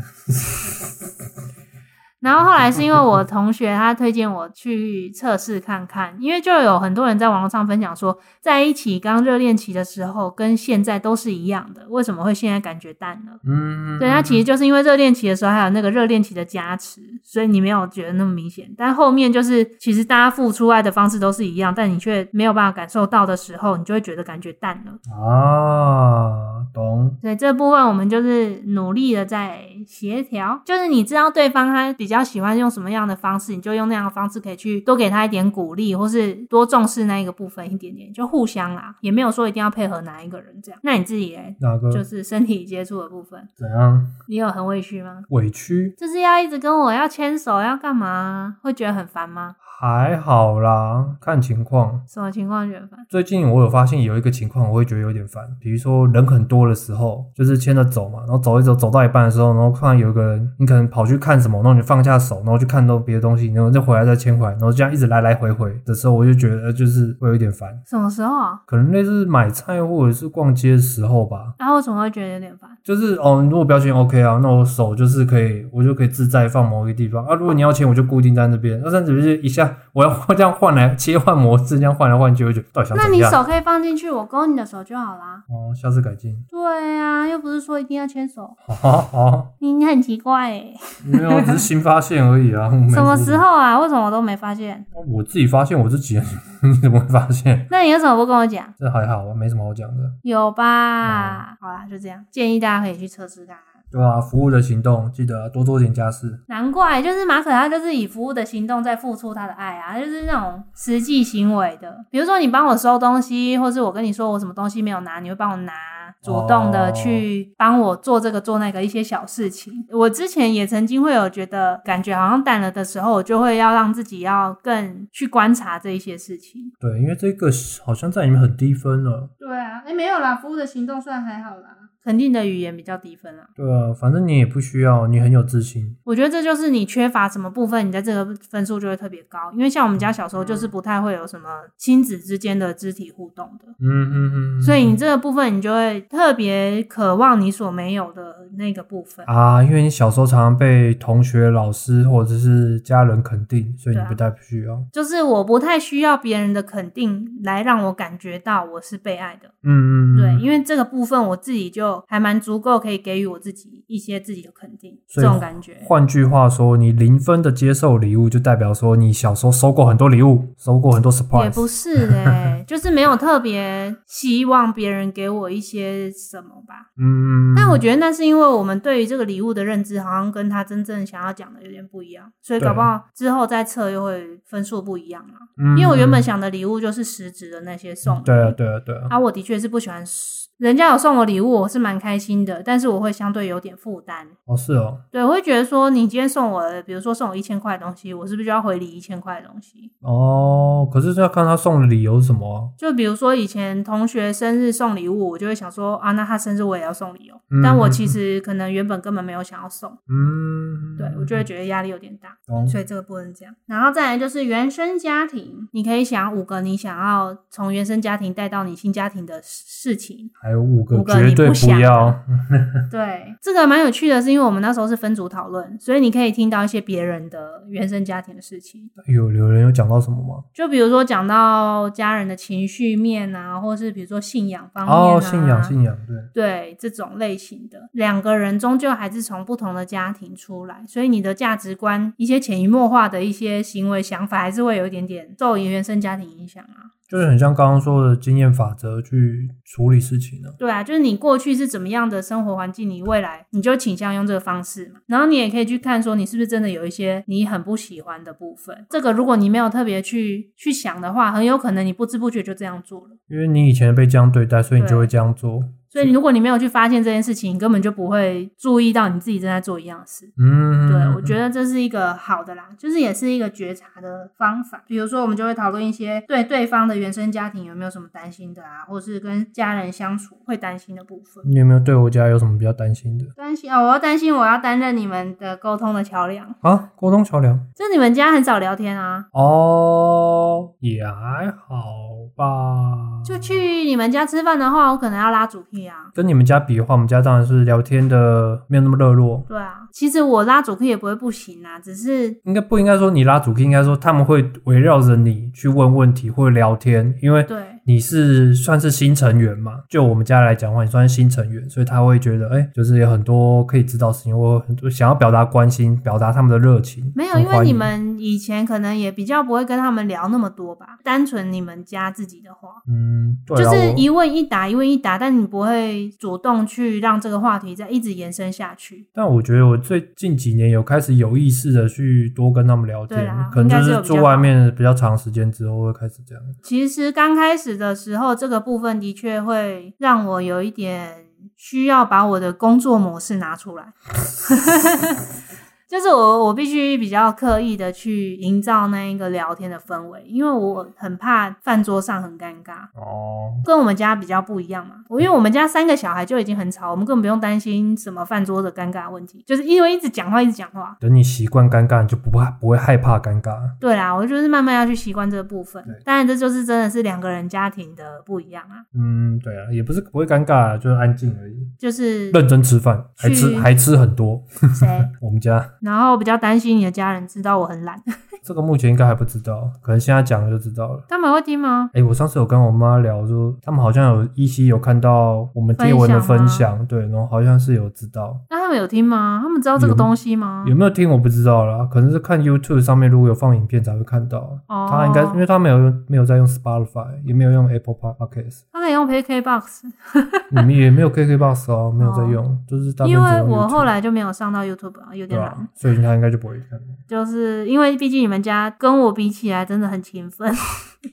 A: 然后后来是因为我同学他推荐我去测试看看，因为就有很多人在网络上分享说，在一起刚热恋期的时候跟现在都是一样的，为什么会现在感觉淡了？
B: 嗯，
A: 对，它其实就是因为热恋期的时候还有那个热恋期的加持，所以你没有觉得那么明显。但后面就是其实大家付出爱的方式都是一样，但你却没有办法感受到的时候，你就会觉得感觉淡了。
B: 啊，懂。
A: 所以这部分我们就是努力的在协调，就是你知道对方他比较喜欢用什么样的方式，你就用那样的方式可以去多给他一点鼓励，或是多重视那一个部分一点点，就互相啦，也没有说一定要配合哪一个人这样。那你自己嘞，
B: 哪个
A: 就是身体接触的部分，
B: 怎样
A: 你有很委屈吗？
B: 委屈？
A: 就是要一直跟我要牵手要干嘛，会觉得很烦吗？
B: 还好啦，看情况。
A: 什么情况觉得烦？
B: 最近我有发现有一个情况，我会觉得有点烦。比如说人很多的时候，就是牵着走嘛，然后走一走，走到一半的时候，然后突然有一个人，你可能跑去看什么，然后你放下手，然后去看到别的东西，然后再回来再牵回来，然后这样一直来来回回的时候，我就觉得呃就是会有一点烦。
A: 什么时候啊？
B: 可能类似买菜或者是逛街的时候吧，
A: 然后啊为什么会觉得有点烦？
B: 就是哦，如果标签 OK 啊，那我手就是可以，我就可以自在放某一个地方啊。如果你要钱，我就固定在那边。那这样子就是一下，我要这样换来切换模式，这样换来换去，我就到底想
A: 那
B: 怎么
A: 你
B: 样？
A: 手可以放进去，我勾你的手就好啦。
B: 哦，下次改进。
A: 对啊，又不是说一定要牵手，
B: 好、好，
A: 你你很奇怪哎、
B: 没有，啊只是新发现而已啊。我没
A: 什么
B: 说
A: 时候啊？为什么我都没发现？
B: 我自己发现我自己，啊 你怎么会发现？
A: 那你为什么不跟我讲？
B: 这还好啊，没什么好讲的。
A: 有吧？好啦，就这样，建议大家可以去测试看看。
B: 对啊，服务的行动，记得啊、多做点家事。
A: 难怪，就是马可他就是以服务的行动在付出他的爱啊，就是那种实际行为的，比如说你帮我收东西，或是我跟你说我什么东西没有拿，你会帮我拿，主动的去帮我做这个做那个一些小事情。我之前也曾经会有觉得感觉好像淡了的时候，我就会要让自己要更去观察这一些事情。
B: 对，因为这个好像在里面很低分了。
A: 对啊，哎没有啦，服务的行动算还好啦，肯定的语言比较低分啊。
B: 对啊，反正你也不需要，你很有自信。
A: 我觉得这就是你缺乏什么部分，你在这个分数就会特别高。因为像我们家小时候就是不太会有什么亲子之间的肢体互动的，
B: 嗯嗯嗯。
A: 所以你这个部分你就会特别渴望你所没有的那个部分。
B: 啊，因为你小时候常常被同学、老师或者是家人肯定，所以你
A: 对啊
B: 不太需要。
A: 就是我不太需要别人的肯定来让我感觉到我是被爱的，
B: 嗯嗯嗯。
A: 对，因为这个部分我自己就就还蛮足够，可以给予我自己一些自己的肯定，
B: 所
A: 这
B: 以
A: 种感觉。
B: 换句话说，你零分的接受礼物，就代表说你小时候收过很多礼物，收过很多
A: 也
B: surprise。
A: 不是哎、 就是没有特别希望别人给我一些什么吧。
B: 嗯，
A: 但我觉得那是因为我们对于这个礼物的认知，好像跟他真正想要讲的有点不一样，所以搞不好之后再测又会分数不一样啊。
B: 嗯
A: 因为我原本想的礼物就是实质的那些送的，
B: 对啊，对啊，对啊，
A: 啊，我的确是不喜欢实人家有送我礼物，我是蛮开心的，但是我会相对有点负担。
B: 哦是哦，
A: 对，我会觉得说，你今天送我的，比如说送我一千块的东西，我是不是就要回礼一千块的东西？
B: 哦，可是这要看他送的理由是什么啊、
A: 就比如说以前同学生日送礼物，我就会想说啊，那他生日我也要送礼哦。
B: 嗯
A: 但我其实可能原本根本没有想要送，
B: 嗯，
A: 对我就会觉得压力有点大，
B: 懂
A: 所以这个不能这样。然后再来就是原生家庭，你可以想五个你想要从原生家庭带到你新家庭的事情，
B: 还有五个
A: 五个你
B: 绝对
A: 不想啊
B: 要，
A: 对，这个蛮有趣的，是因为我们那时候是分组讨论，所以你可以听到一些别人的原生家庭的事情。
B: 有有人有讲到什么吗？
A: 就比如说讲到家人的情绪面啊，或是比如说信仰方面啊，
B: 哦，信仰信仰，对，
A: 对这种类型的，两个人终究还是从不同的家庭出来，所以你的价值观、一些潜移默化的一些行为想法，还是会有一点点受原生家庭影响啊。
B: 就是很像刚刚说的经验法则去处理事情呢、
A: 对啊，就是你过去是怎么样的生活环境，你未来你就倾向用这个方式嘛。然后你也可以去看说，你是不是真的有一些你很不喜欢的部分。这个如果你没有特别去去想的话，很有可能你不知不觉就这样做了。
B: 因为你以前被这样对待，所以你就会
A: 对
B: 这样做。
A: 所以如果你没有去发现这件事情，你根本就不会注意到你自己正在做一样的事。
B: 嗯，
A: 对，我觉得这是一个好的啦，就是也是一个觉察的方法。比如说，我们就会讨论一些对对方的原生家庭有没有什么担心的啊，或是跟家人相处会担心的部分。
B: 你有没有对我家有什么比较担心的
A: 担心哦，我要担心我要担任你们的沟通的桥梁。
B: 啊？沟通桥梁
A: 就你们家很少聊天啊，
B: 哦，也还好吧。
A: 就去你们家吃饭的话，我可能要拉主 key 啊。
B: 跟你们家比的话，我们家当然是聊天的没有那么热络。
A: 对啊，其实我拉主 key 也不会不行啊，只是
B: 应该不应该说你拉主 key，应该说他们会围绕着你去问问题或者聊天，因为
A: 对
B: 你是算是新成员嘛，就我们家来讲的话，你算是新成员，所以他会觉得，哎、就是有很多可以知道的事情，我很多想要表达关心，表达他们的热情。
A: 没有，
B: 很
A: 因为
B: 欢
A: 你
B: 迎
A: 们以前可能也比较不会跟他们聊那么多吧，单纯你们家自己的话。
B: 嗯，对
A: 就
B: 啊，
A: 是
B: 我
A: 一问一答，一问一答，但你不会主动去让这个话题再一直延伸下去。
B: 但我觉得我最近几年有开始有意识的去多跟他们聊
A: 对
B: 天
A: 啦，
B: 可能就
A: 应该是
B: 是
A: 有比较
B: 住外面比较长时间之后会开始这样。
A: 其实刚开始的时候，这个部分的确会让我有一点需要把我的工作模式拿出来， 就是我我必须比较刻意的去营造那一个聊天的氛围，因为我很怕饭桌上很尴尬。
B: 哦，
A: 跟我们家比较不一样嘛，我因为我们家三个小孩就已经很吵，我们根本不用担心什么饭桌的尴尬问题，就是因为一直讲话，一直讲话。
B: 等你习惯尴尬，你就不怕不会害怕尴尬。
A: 对啦，我就是慢慢要去习惯这个部分
B: 对。
A: 当然，这就是真的是两个人家庭的不一样啊，
B: 嗯，对啊，也不是不会尴尬，就是安静而已。
A: 就是
B: 认真吃饭，还
A: 去
B: 吃还吃很多。
A: 谁。
B: 我 们家
A: 然后比较担心你的家人知道我很懒，
B: 这个目前应该还不知道，可能现在讲了就知道了。
A: 他们会听吗？
B: 哎、我上次有跟我妈聊说，他们好像有依稀有看到我们贴文的分
A: 嗯分享啊
B: 享，对，然后好像是有知道，
A: 那他们有听吗？他们知道这个
B: 有
A: 东西吗？
B: 有没有听我不知道啦，可能是看 YouTube 上面如果有放影片才会看到。
A: 哦，
B: 他应该，因为他没有用，没有在用 Spotify，也没有用 Apple Podcast，
A: 他可以用 PKBox，
B: 你们也没有 KKBox 哦，没有在用，就是大部
A: 因
B: 分只
A: 为
B: 用
A: 我
B: YouTube
A: 后来就没有上到 YouTube，啊有
B: 对
A: 点懒，
B: 啊，所以他应该就不会看。
A: 就是因为毕竟你们家跟我比起来真的很勤奋，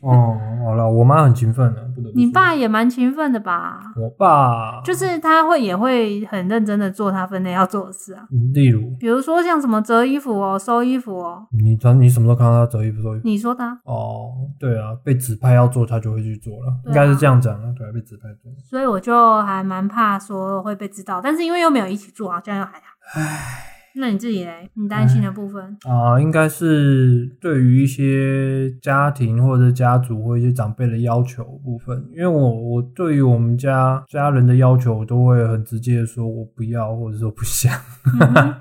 B: 哦，好了，我妈很勤奋的，不得不
A: 你
B: 说
A: 爸也蛮勤奋的吧？
B: 我爸
A: 就是他会也会很认真的做他分内要做的事啊，
B: 嗯例如，
A: 比如说像什么折衣服哦、收衣服哦，
B: 你他你什么时候看到他折衣服收衣服？
A: 你说的啊，
B: 哦，对啊，被指派要做，他就会去做了，
A: 对啊
B: 应该是这样讲的，对啊，被指派做。
A: 所以我就还蛮怕说会被知道，但是因为又没有一起住，好啊像又还好。那你自己嘞？你担心的部分？
B: 啊、应该是对于一些家庭或者是家族或一些长辈的要求部分，因为我我对于我们家家人的要求，我都会很直接地说我不要，或者说不想。
A: 嗯哼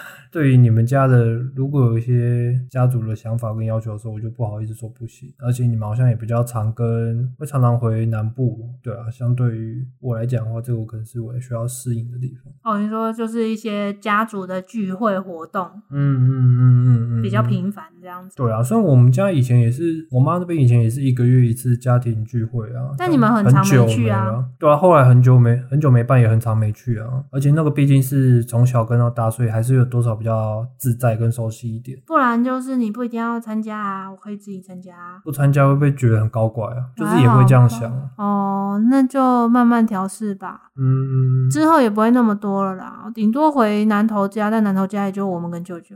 B: 对于你们家的，如果有一些家族的想法跟要求的时候，我就不好意思说不行。而且你们好像也比较常跟，会常常回南部，对啊。相对于我来讲的话，这个我可能是我需要适应的地方。
A: 哦，你说就是一些家族的聚会活动
B: 嗯嗯嗯嗯嗯，
A: 比较频繁这样子。
B: 对啊，虽然我们家以前也是，我妈那边以前也是一个月一次家庭聚会啊，
A: 但你们很
B: 很
A: 常没
B: 久
A: 去啊
B: 了对啊，后来很久没很久没办，也很常没去啊。而且那个毕竟是从小跟到大，所以还是有多少比较自在跟熟悉一点。
A: 不然就是你不一定要参加啊，我可以自己参加啊。
B: 不参加会被觉得很高怪啊，就是也会这样想
A: 还
B: 啊。
A: 哦，那就慢慢调试吧，
B: 嗯，
A: 之后也不会那么多了啦，顶多回南头家，但南头家也就我们跟舅 舅。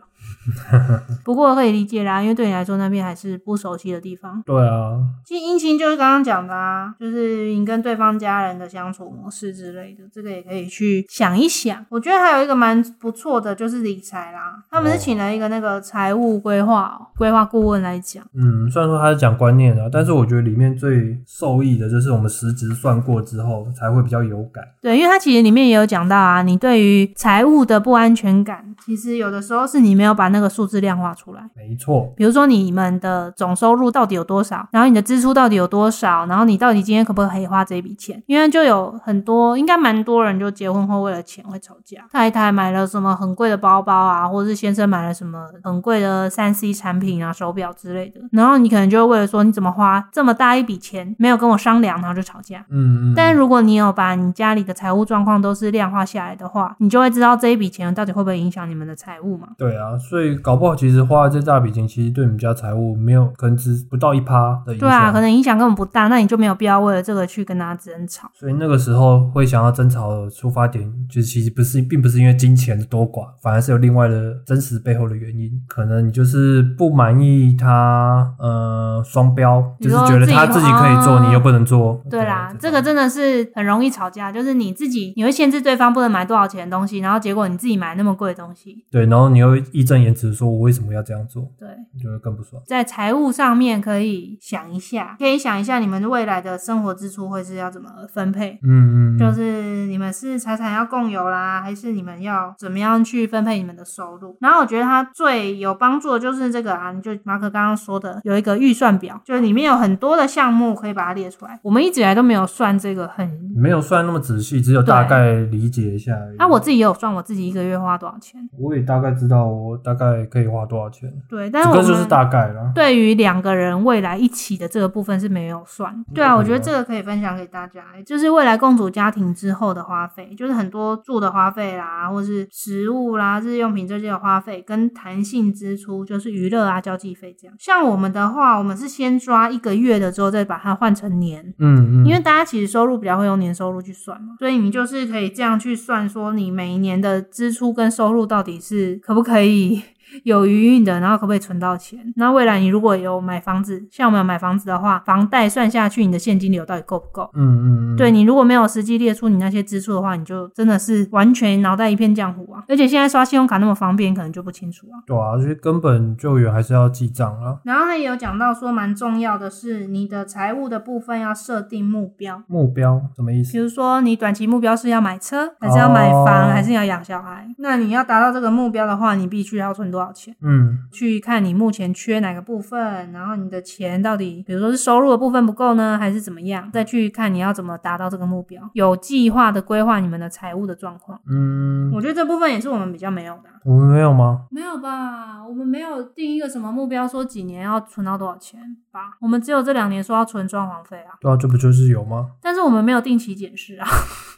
A: 不过可以理解啦，因为对你来说那边还是不熟悉的地方。
B: 对啊，
A: 其实姻亲就是刚刚讲的啊，就是你跟对方家人的相处模式之类的，这个也可以去想一想。我觉得还有一个蛮不错的，就是理财啦。他们是请了一个那个财务规划哦规划顾问来讲，
B: 嗯，虽然说他是讲观念的、啊，但是我觉得里面最受益的就是我们实质算过之后才会比较有感。
A: 对，因为它其实里面也有讲到啊，你对于财务的不安全感，其实有的时候是你没有把那个数字量化出来。
B: 没错，
A: 比如说你们的总收入到底有多少，然后你的支出到底有多少，然后你到底今天可不可以花这笔钱？因为就有很多，应该蛮多人就结婚后为了钱会吵架，太太买了什么很贵的包包啊，或者是先生买了什么很贵的三 C 产品啊、手表之类的，然后你可能就会为了说你怎么花这么大一笔钱，没有跟我商量，然后就吵架。
B: 嗯嗯，
A: 但如果你有把你家里的财务状况都是量化下来的话，你就会知道这一笔钱到底会不会影响你们的财务嘛？
B: 对啊，所以搞不好其实花了这大笔钱，其实对你们家财务没有，可能只不到一趴的影响。
A: 对啊，可能影响根本不大，那你就没有必要为了这个去跟他争吵。
B: 所以那个时候会想要争吵的出发点，就是其实不是，并不是因为金钱的多寡，反而是有另外的真实背后的原因。可能你就是不满意他，呃，双标，
A: 你
B: 就是
A: 说
B: 觉得他
A: 自
B: 自
A: 己
B: 己可以做，
A: 哦
B: 你又不能做。啊
A: 对啦，这
B: 这
A: 个真的是很容易吵架，就是你自己你会限制对方不能买多少钱的东西，然后结果你自己买那么贵的东西。
B: 对，然后你又义正言辞地说，我为什么要这样做，嗯
A: 对，
B: 你就会更不爽。
A: 在财务上面可以想一下，可以想一下你们未来的生活支出会是要怎么分配。
B: 嗯嗯，嗯
A: 就是你们是财产要共有啦，还是你们要怎么样去分配你们的收入？然后我觉得它最有帮助的就是这个啊，你就马可刚刚说的有一个预算表，就是里面有很多的项目可以把它列出来。我们一直以来都没有算这个很。
B: 没有算那么仔细，只有
A: 对
B: 大概理解一下而已。
A: 啊，我自己也有算我自己一个月花多少钱，
B: 我也大概知道我大概可以花多少钱，
A: 对，但
B: 这
A: 是我
B: 个
A: 们
B: 就是大概啦。
A: 对于两个人未来一起的这个部分是没有算。对啊，
B: 嗯
A: 我觉得这个可以分享给大家，就是未来共组家庭之后的花费，就是很多住的花费啦，或是食物啦、日用品这些的花费，跟弹性支出就是娱乐啊、交际费这样。像我们的话，我们是先抓一个月的之后再把它换成年。
B: 嗯嗯，
A: 因为大家其实收入比较会用年收入去算嘛，所以你就是可以这样去算，说你每一年的支出跟收入到底是可不可以 有余韵的，然后可不可以存到钱。那未来你如果有买房子，像我们有买房子的话，房贷算下去，你的现金流到底够不够？
B: 嗯嗯嗯，
A: 对你如果没有实际列出你那些支出的话，你就真的是完全脑袋一片浆糊啊！而且现在刷信用卡那么方便，你可能就不清楚啊。
B: 对啊，就是根本救援还是要记账啦。
A: 然后呢，也有讲到说，蛮重要的是你的财务的部分要设定目标，
B: 目标什么意
A: 比
B: 思？
A: 如说，你短期目标是要买车，还是要买房，
B: 哦
A: 还是要养小孩？那你要达到这个目标的话，你必须要存多少钱？
B: 嗯
A: 去看你目前缺哪个部分，然后你的钱到底，比如说是收入的部分不够呢，还是怎么样？再去看你要怎么达到这个目标，有计划的规划你们的财务的状况。
B: 嗯，
A: 我觉得这部分也是我们比较没有的啊、
B: 我们没有吗？
A: 没有吧？我们没有定一个什么目标，说几年要存到多少钱吧？我们只有这两年说要存装潢费啊，
B: 对啊，这不就是有吗？
A: 但是我们没有定期检视啊。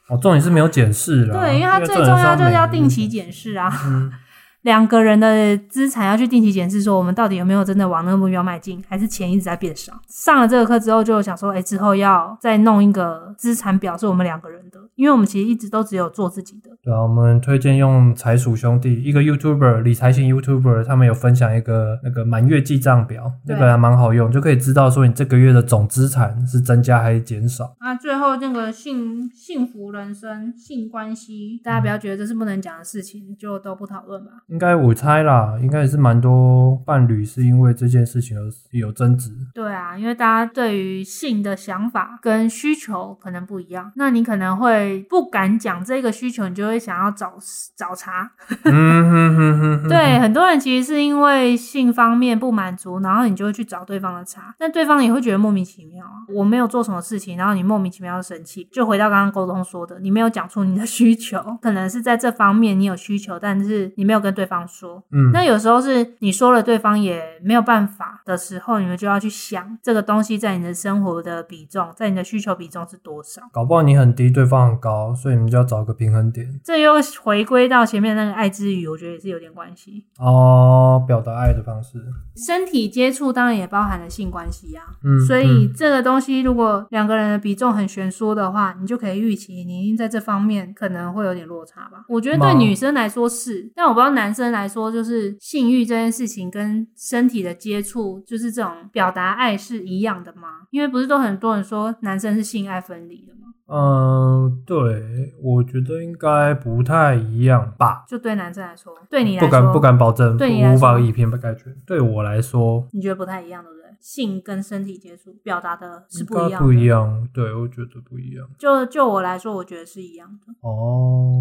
B: 哦，重点是没有检视啦。
A: 对，因为它最
B: 这
A: 重
B: 人
A: 要
B: 是
A: 就是要
B: 每
A: 定期检视啊，
B: 嗯，
A: 两个人的资产要去定期检视，说我们到底有没有真的往那个目标迈进，还是钱一直在变少。上了这个课之后，就想说，哎、之后要再弄一个资产表，是我们两个人的，因为我们其实一直都只有做自己的。
B: 对啊，我们推荐用财鼠兄弟一个 YouTuber 理财型 YouTuber，他们有分享一个那个满月记账表，那
A: 对
B: 个还蛮好用，就可以知道说你这个月的总资产是增加还是减少。
A: 那、最后那个幸幸福人生、性关系，大家不要觉得这是不能讲的事情，就都不讨论吧。
B: 应该我猜啦，应该也是蛮多伴侣是因为这件事情而有争执。
A: 对啊，因为大家对于性的想法跟需求可能不一样，那你可能会不敢讲这个需求，你就会想要找找茬。
B: 嗯哼哼哼哼，
A: 对，很多人其实是因为性方面不满足，然后你就会去找对方的茬，那对方也会觉得莫名其妙啊，我没有做什么事情，然后你莫名其妙就生气。就回到刚刚沟通说的，你没有讲出你的需求，可能是在这方面你有需求，但是你没有跟对方说。
B: 嗯，
A: 那有时候是你说了，对方也没有办法的时候，你们就要去想这个东西在你的生活的比重，在你的需求比重是多少。
B: 搞不好你很低，对方很高，所以你们就要找个平衡点
A: 这又回归到前面那个爱之语，我觉得也是有点关系。
B: 哦，表达爱的方式。
A: 身体接触当然也包含了性关系呀、啊，
B: 嗯，
A: 所以
B: 嗯
A: 这个东西如果两个人的比重很悬殊的话，你就可以预期你一定在这方面可能会有点落差吧。我觉得对
B: 嘛
A: 女生来说是，但我不知道男生来说，就是性欲这件事情跟身体的接触，就是这种表达爱是一样的吗？因为不是都很多人说男生是性爱分离的吗？
B: 嗯，对，我觉得应该不太一样吧，
A: 就对男生来说，对你来
B: 不
A: 说，
B: 敢不敢保证，
A: 对你来
B: 无法
A: 说
B: 以偏概全。对我来说，
A: 你觉得不太一样，对不对？性跟身体接触表达的是
B: 应
A: 不一
B: 该
A: 样的，
B: 不一样，对我觉得不一样。
A: 就就我来说，我觉得是一样的，
B: 哦，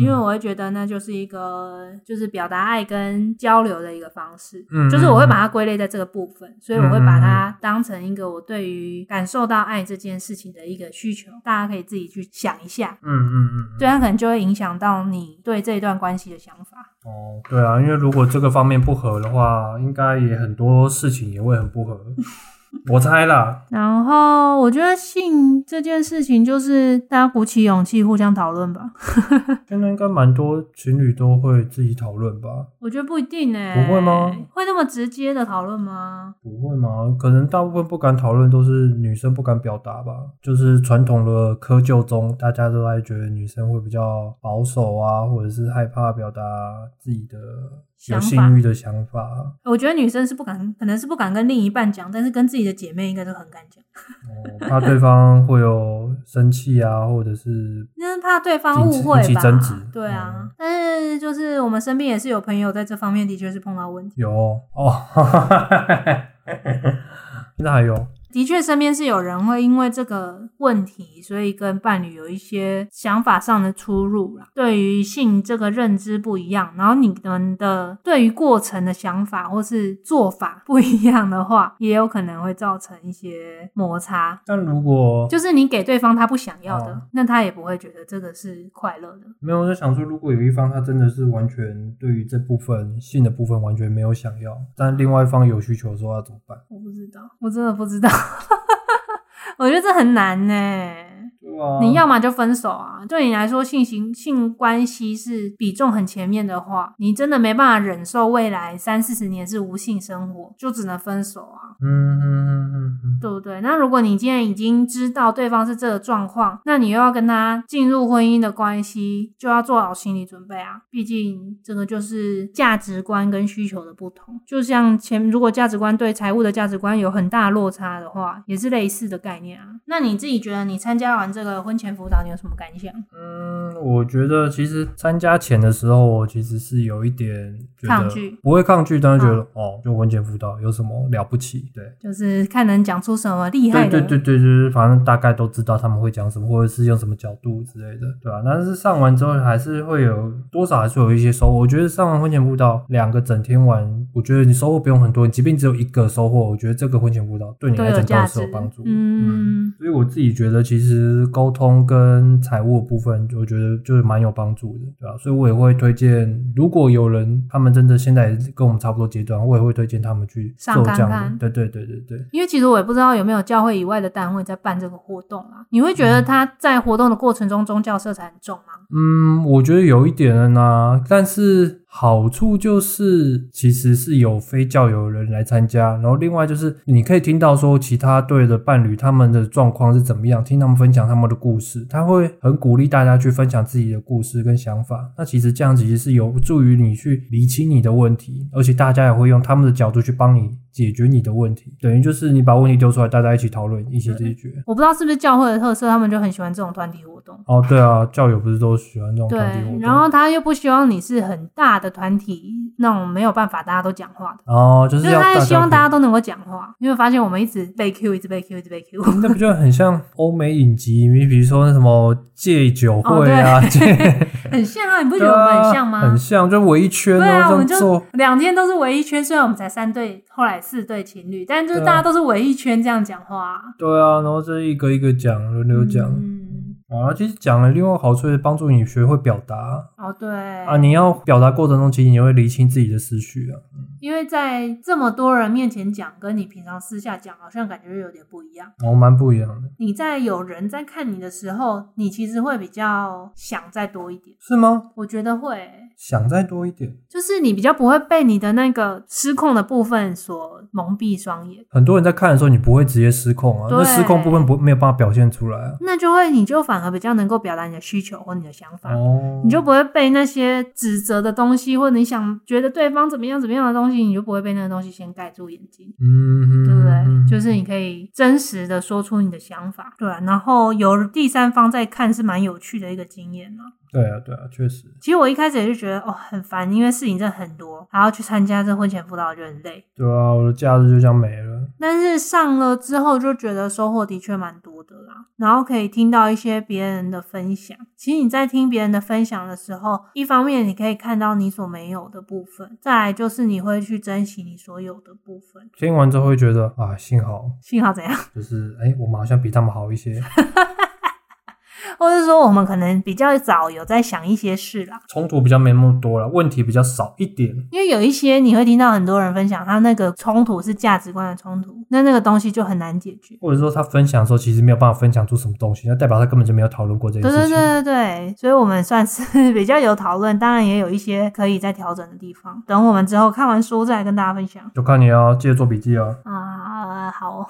A: 因为我会觉得那就是一个就是表达爱跟交流的一个方式，
B: 嗯
A: 就是我会把它归类在这个部分，所以我会把它当成一个我对于感受到爱这件事情的一个需求，大家可以自己去想一下，
B: 嗯嗯嗯嗯，
A: 对它可能就会影响到你对这一段关系的想法。
B: 哦，对啊，因为如果这个方面不合的话，应该也很多事情也会很不 合。我猜啦，
A: 然后我觉得性这件事情，就是大家鼓起勇气互相讨论吧。
B: 现在应该蛮多情侣都会自己讨论吧？
A: 我觉得不一定哎、
B: 不会吗？
A: 会那么直接的讨论吗？
B: 不会吗？可能大部分不敢讨论都是女生不敢表达吧，就是传统的窠臼中，大家都还觉得女生会比较保守啊，或者是害怕表达自己的有
A: 想法
B: 性欲的想法。
A: 我觉得女生是不敢，可能是不敢跟另一半讲，但是跟自己的姐妹应该都很敢讲，
B: 哦，怕对方会有生气啊，或者是
A: 那是怕对方误会
B: 引起
A: 吧
B: 争执？嗯
A: 对啊，但是就是我们身边也是有朋友在这方面的确是碰到问题，
B: 有哦，现在还有
A: 的确身边是有人会因为这个问题，所以跟伴侣有一些想法上的出入啦，对于性这个认知不一样，然后你们的对于过程的想法或是做法不一样的话，也有可能会造成一些摩擦。
B: 但如果
A: 就是你给对方他不想要的，
B: 哦
A: 那他也不会觉得这个是快乐的。
B: 没有，我在想说，如果有一方他真的是完全对于这部分性的部分完全没有想要，但另外一方有需求的时候要怎么办？
A: 我不知道，我真的不知道。 我觉得这很难呢、
B: 对啊
A: 你要么就分手啊！对你来说，性行性关系是比重很前面的话，你真的没办法忍受未来三四十年是无性生活，就只能分手啊，
B: 嗯嗯嗯嗯
A: 对不对？那如果你今天已经知道对方是这个状况，那你又要跟他进入婚姻的关系，就要做好心理准备啊！毕竟这个就是价值观跟需求的不同。就像前，如果价值观对财务的价值观有很大落差的话，也是类似的概念啊。那你自己觉得你参加完这个婚前辅导，你有什么感想？
B: 嗯，我觉得其实参加前的时候，我其实是有一点觉得
A: 抗拒嗯
B: 不会抗拒，但是觉得、哦，就婚前辅导有什么了不起？对，
A: 就是看能讲出什么厉害
B: 对
A: 的。
B: 对对对，就是反正大概都知道他们会讲什么，或者是用什么角度之类的，对吧、但是上完之后还是会有多少还是有一些收获。我觉得上完婚前舞蹈两个整天玩，我觉得你收获不用很多，你即便只有一个收获，我觉得这个婚前舞蹈对你
A: 都
B: 来
A: 有
B: 讲
A: 价
B: 都是
A: 值
B: 有帮助。
A: 嗯，
B: 所以我自己觉得，其实沟通跟财务的部分，我觉得就是蛮有帮助的，对吧、啊所以我也会推荐，如果有人他们真的现在也是跟我们差不多阶段，我也会推荐他们去
A: 上
B: 做
A: 看
B: 这样
A: 看
B: 的。对对对对对。
A: 因为其实我也不知道有没有教会以外的单位在办这个活动啊。你会觉得他在活动的过程中宗教色彩很重吗？
B: 嗯，我觉得有一点了呢，但是好处就是其实是有非教友人来参加，然后另外就是你可以听到说其他队的伴侣他们的状况是怎么样，听他们分享他们的故事，他会很鼓励大家去分享自己的故事跟想法。那其实这样其实是有助于你去理清你的问题，而且大家也会用他们的角度去帮你解决你的问题，等于就是你把问题丢出来，大家一起讨论，一起解决。
A: 我不知道是不是教会的特色，他们就很喜欢这种团体活动。
B: 哦，对啊，教友不是都喜欢这种
A: 对
B: 团体活，动？
A: 然后他又不希望你是很大的团体，那种没有办法大家都讲话的，
B: 哦，就是
A: 就是
B: 要
A: 他
B: 大
A: 希望大
B: 家
A: 家都能够讲话。你有没有发现我们一直被 Q，一直被 Q，一直被 Q？
B: 可以。那不就很像欧美影集？你比如说那什么戒酒会 啊，
A: 哦对
B: 戒，
A: 很像啊，你不觉
B: 对
A: 得我们
B: 啊，
A: 很像吗？
B: 很像，就围一圈
A: 对啊，
B: 然
A: 我
B: 后
A: 们
B: 这样做
A: 就。两天都是围一圈，虽然我们才三对，后来四对情侣，但就是
B: 对啊
A: 大家都是围一圈这样讲话啊。
B: 对啊，然后这一个一个讲，轮流讲。
A: 嗯，
B: 啊，其实讲了，另外一个好处是帮助你学会表达
A: 哦对
B: 啊。你要表达过程中，其实你会理清自己的思绪啊。
A: 因为在这么多人面前讲，跟你平常私下讲，好像感觉有点不一样。
B: 哦，蛮不一样的，
A: 你在有人在看你的时候，你其实会比较想再多一点，
B: 是吗？
A: 我觉得会，
B: 想再多一点。
A: 就是你比较不会被你的那个失控的部分所蒙蔽双眼。
B: 很多人在看的时候，你不会直接失控啊，
A: 对
B: 那失控部分不没有办法表现出来啊。
A: 那就会，你就反而比较能够表达你的需求或你的想法，
B: 哦，
A: 你就不会被那些指责的东西，或者你想觉得对方怎么样怎么样的东西，你就不会被那个东西先盖住眼睛。
B: 嗯，
A: 对不对？就是是你可以真实的说出你的想法，对啊、然后有第三方在看是蛮有趣的一个经验啊。
B: 对啊，对啊，确实，
A: 其实我一开始也是觉得哦很烦，因为事情真的很多，还要去参加这婚前辅导，我觉得很累。
B: 对啊，我的假日就这样没了。
A: 但是上了之后就觉得收获的确蛮多的啦，然后可以听到一些别人的分享。其实你在听别人的分享的时候，一方面你可以看到你所没有的部分，再来就是你会去珍惜你所有的部分。
B: 听完之后会觉得啊，幸好
A: 幸好怎样？
B: 就是哎、我们好像比他们好一些。
A: 或者说我们可能比较早有在想一些事啦，
B: 冲突比较没那么多了，问题比较少一点。
A: 因为有一些你会听到很多人分享，他那个冲突是价值观的冲突，那那个东西就很难解决。
B: 或者说他分享的时候，其实没有办法分享出什么东西，那代表他根本就没有讨论过这件
A: 对
B: 事
A: 对
B: 情。
A: 对对对，所以我们算是 比较有讨论，当然也有一些可以再调整的地方。等我们之后看完书再来跟大家分享。
B: 就看你要记得做笔记哦。
A: 啊、好 哦、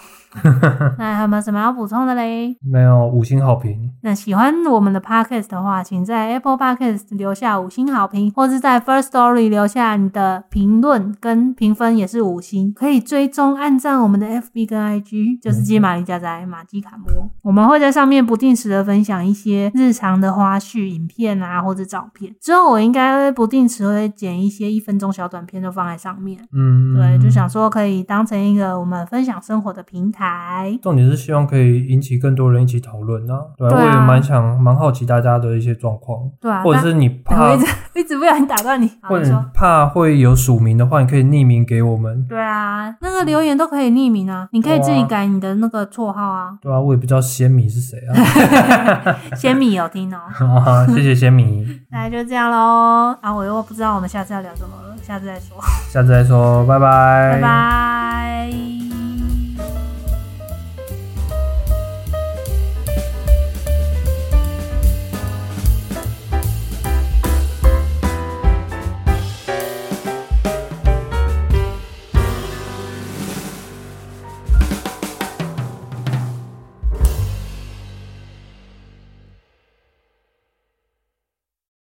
A: 那还有没有什么要补充的嘞？
B: 没有五星好评，
A: 那喜欢我们的 podcast 的话，请在 Apple Podcast 留下五星好评，或是在 First Story 留下你的评论跟评分，也是五星。可以追踪、按赞我们的 FB 跟 IG，就是接玛丽家宅马基卡波。我们会在上面不定时的分享一些日常的花絮、影片啊，或者照片。之后我应该不定时会剪一些一分钟小短片，就放在上面。
B: 嗯，
A: 对，就想说可以当成一个我们分享生活的平台。
B: 重点是希望可以引起更多人一起讨论啊。对啊
A: 对啊
B: 我也蛮想蛮好奇大家的一些状况，
A: 对啊，
B: 或者是你
A: 但哎
B: 怕
A: 我一，直一直不小心打断你，好
B: 或
A: 你
B: 者
A: 说。
B: 你怕会有署名的话，你可以匿名给我们。
A: 对啊，那个留言都可以匿名啊，你可以自己改你的那个绰号啊。
B: 对啊，我也不知道仙米是谁啊。
A: 仙米有听哦，
B: 好啊 谢谢仙米，
A: 那就这样喽。啊，我又不知道我们下次要聊什么了，下次再说，
B: 下次再说，拜
A: 拜拜。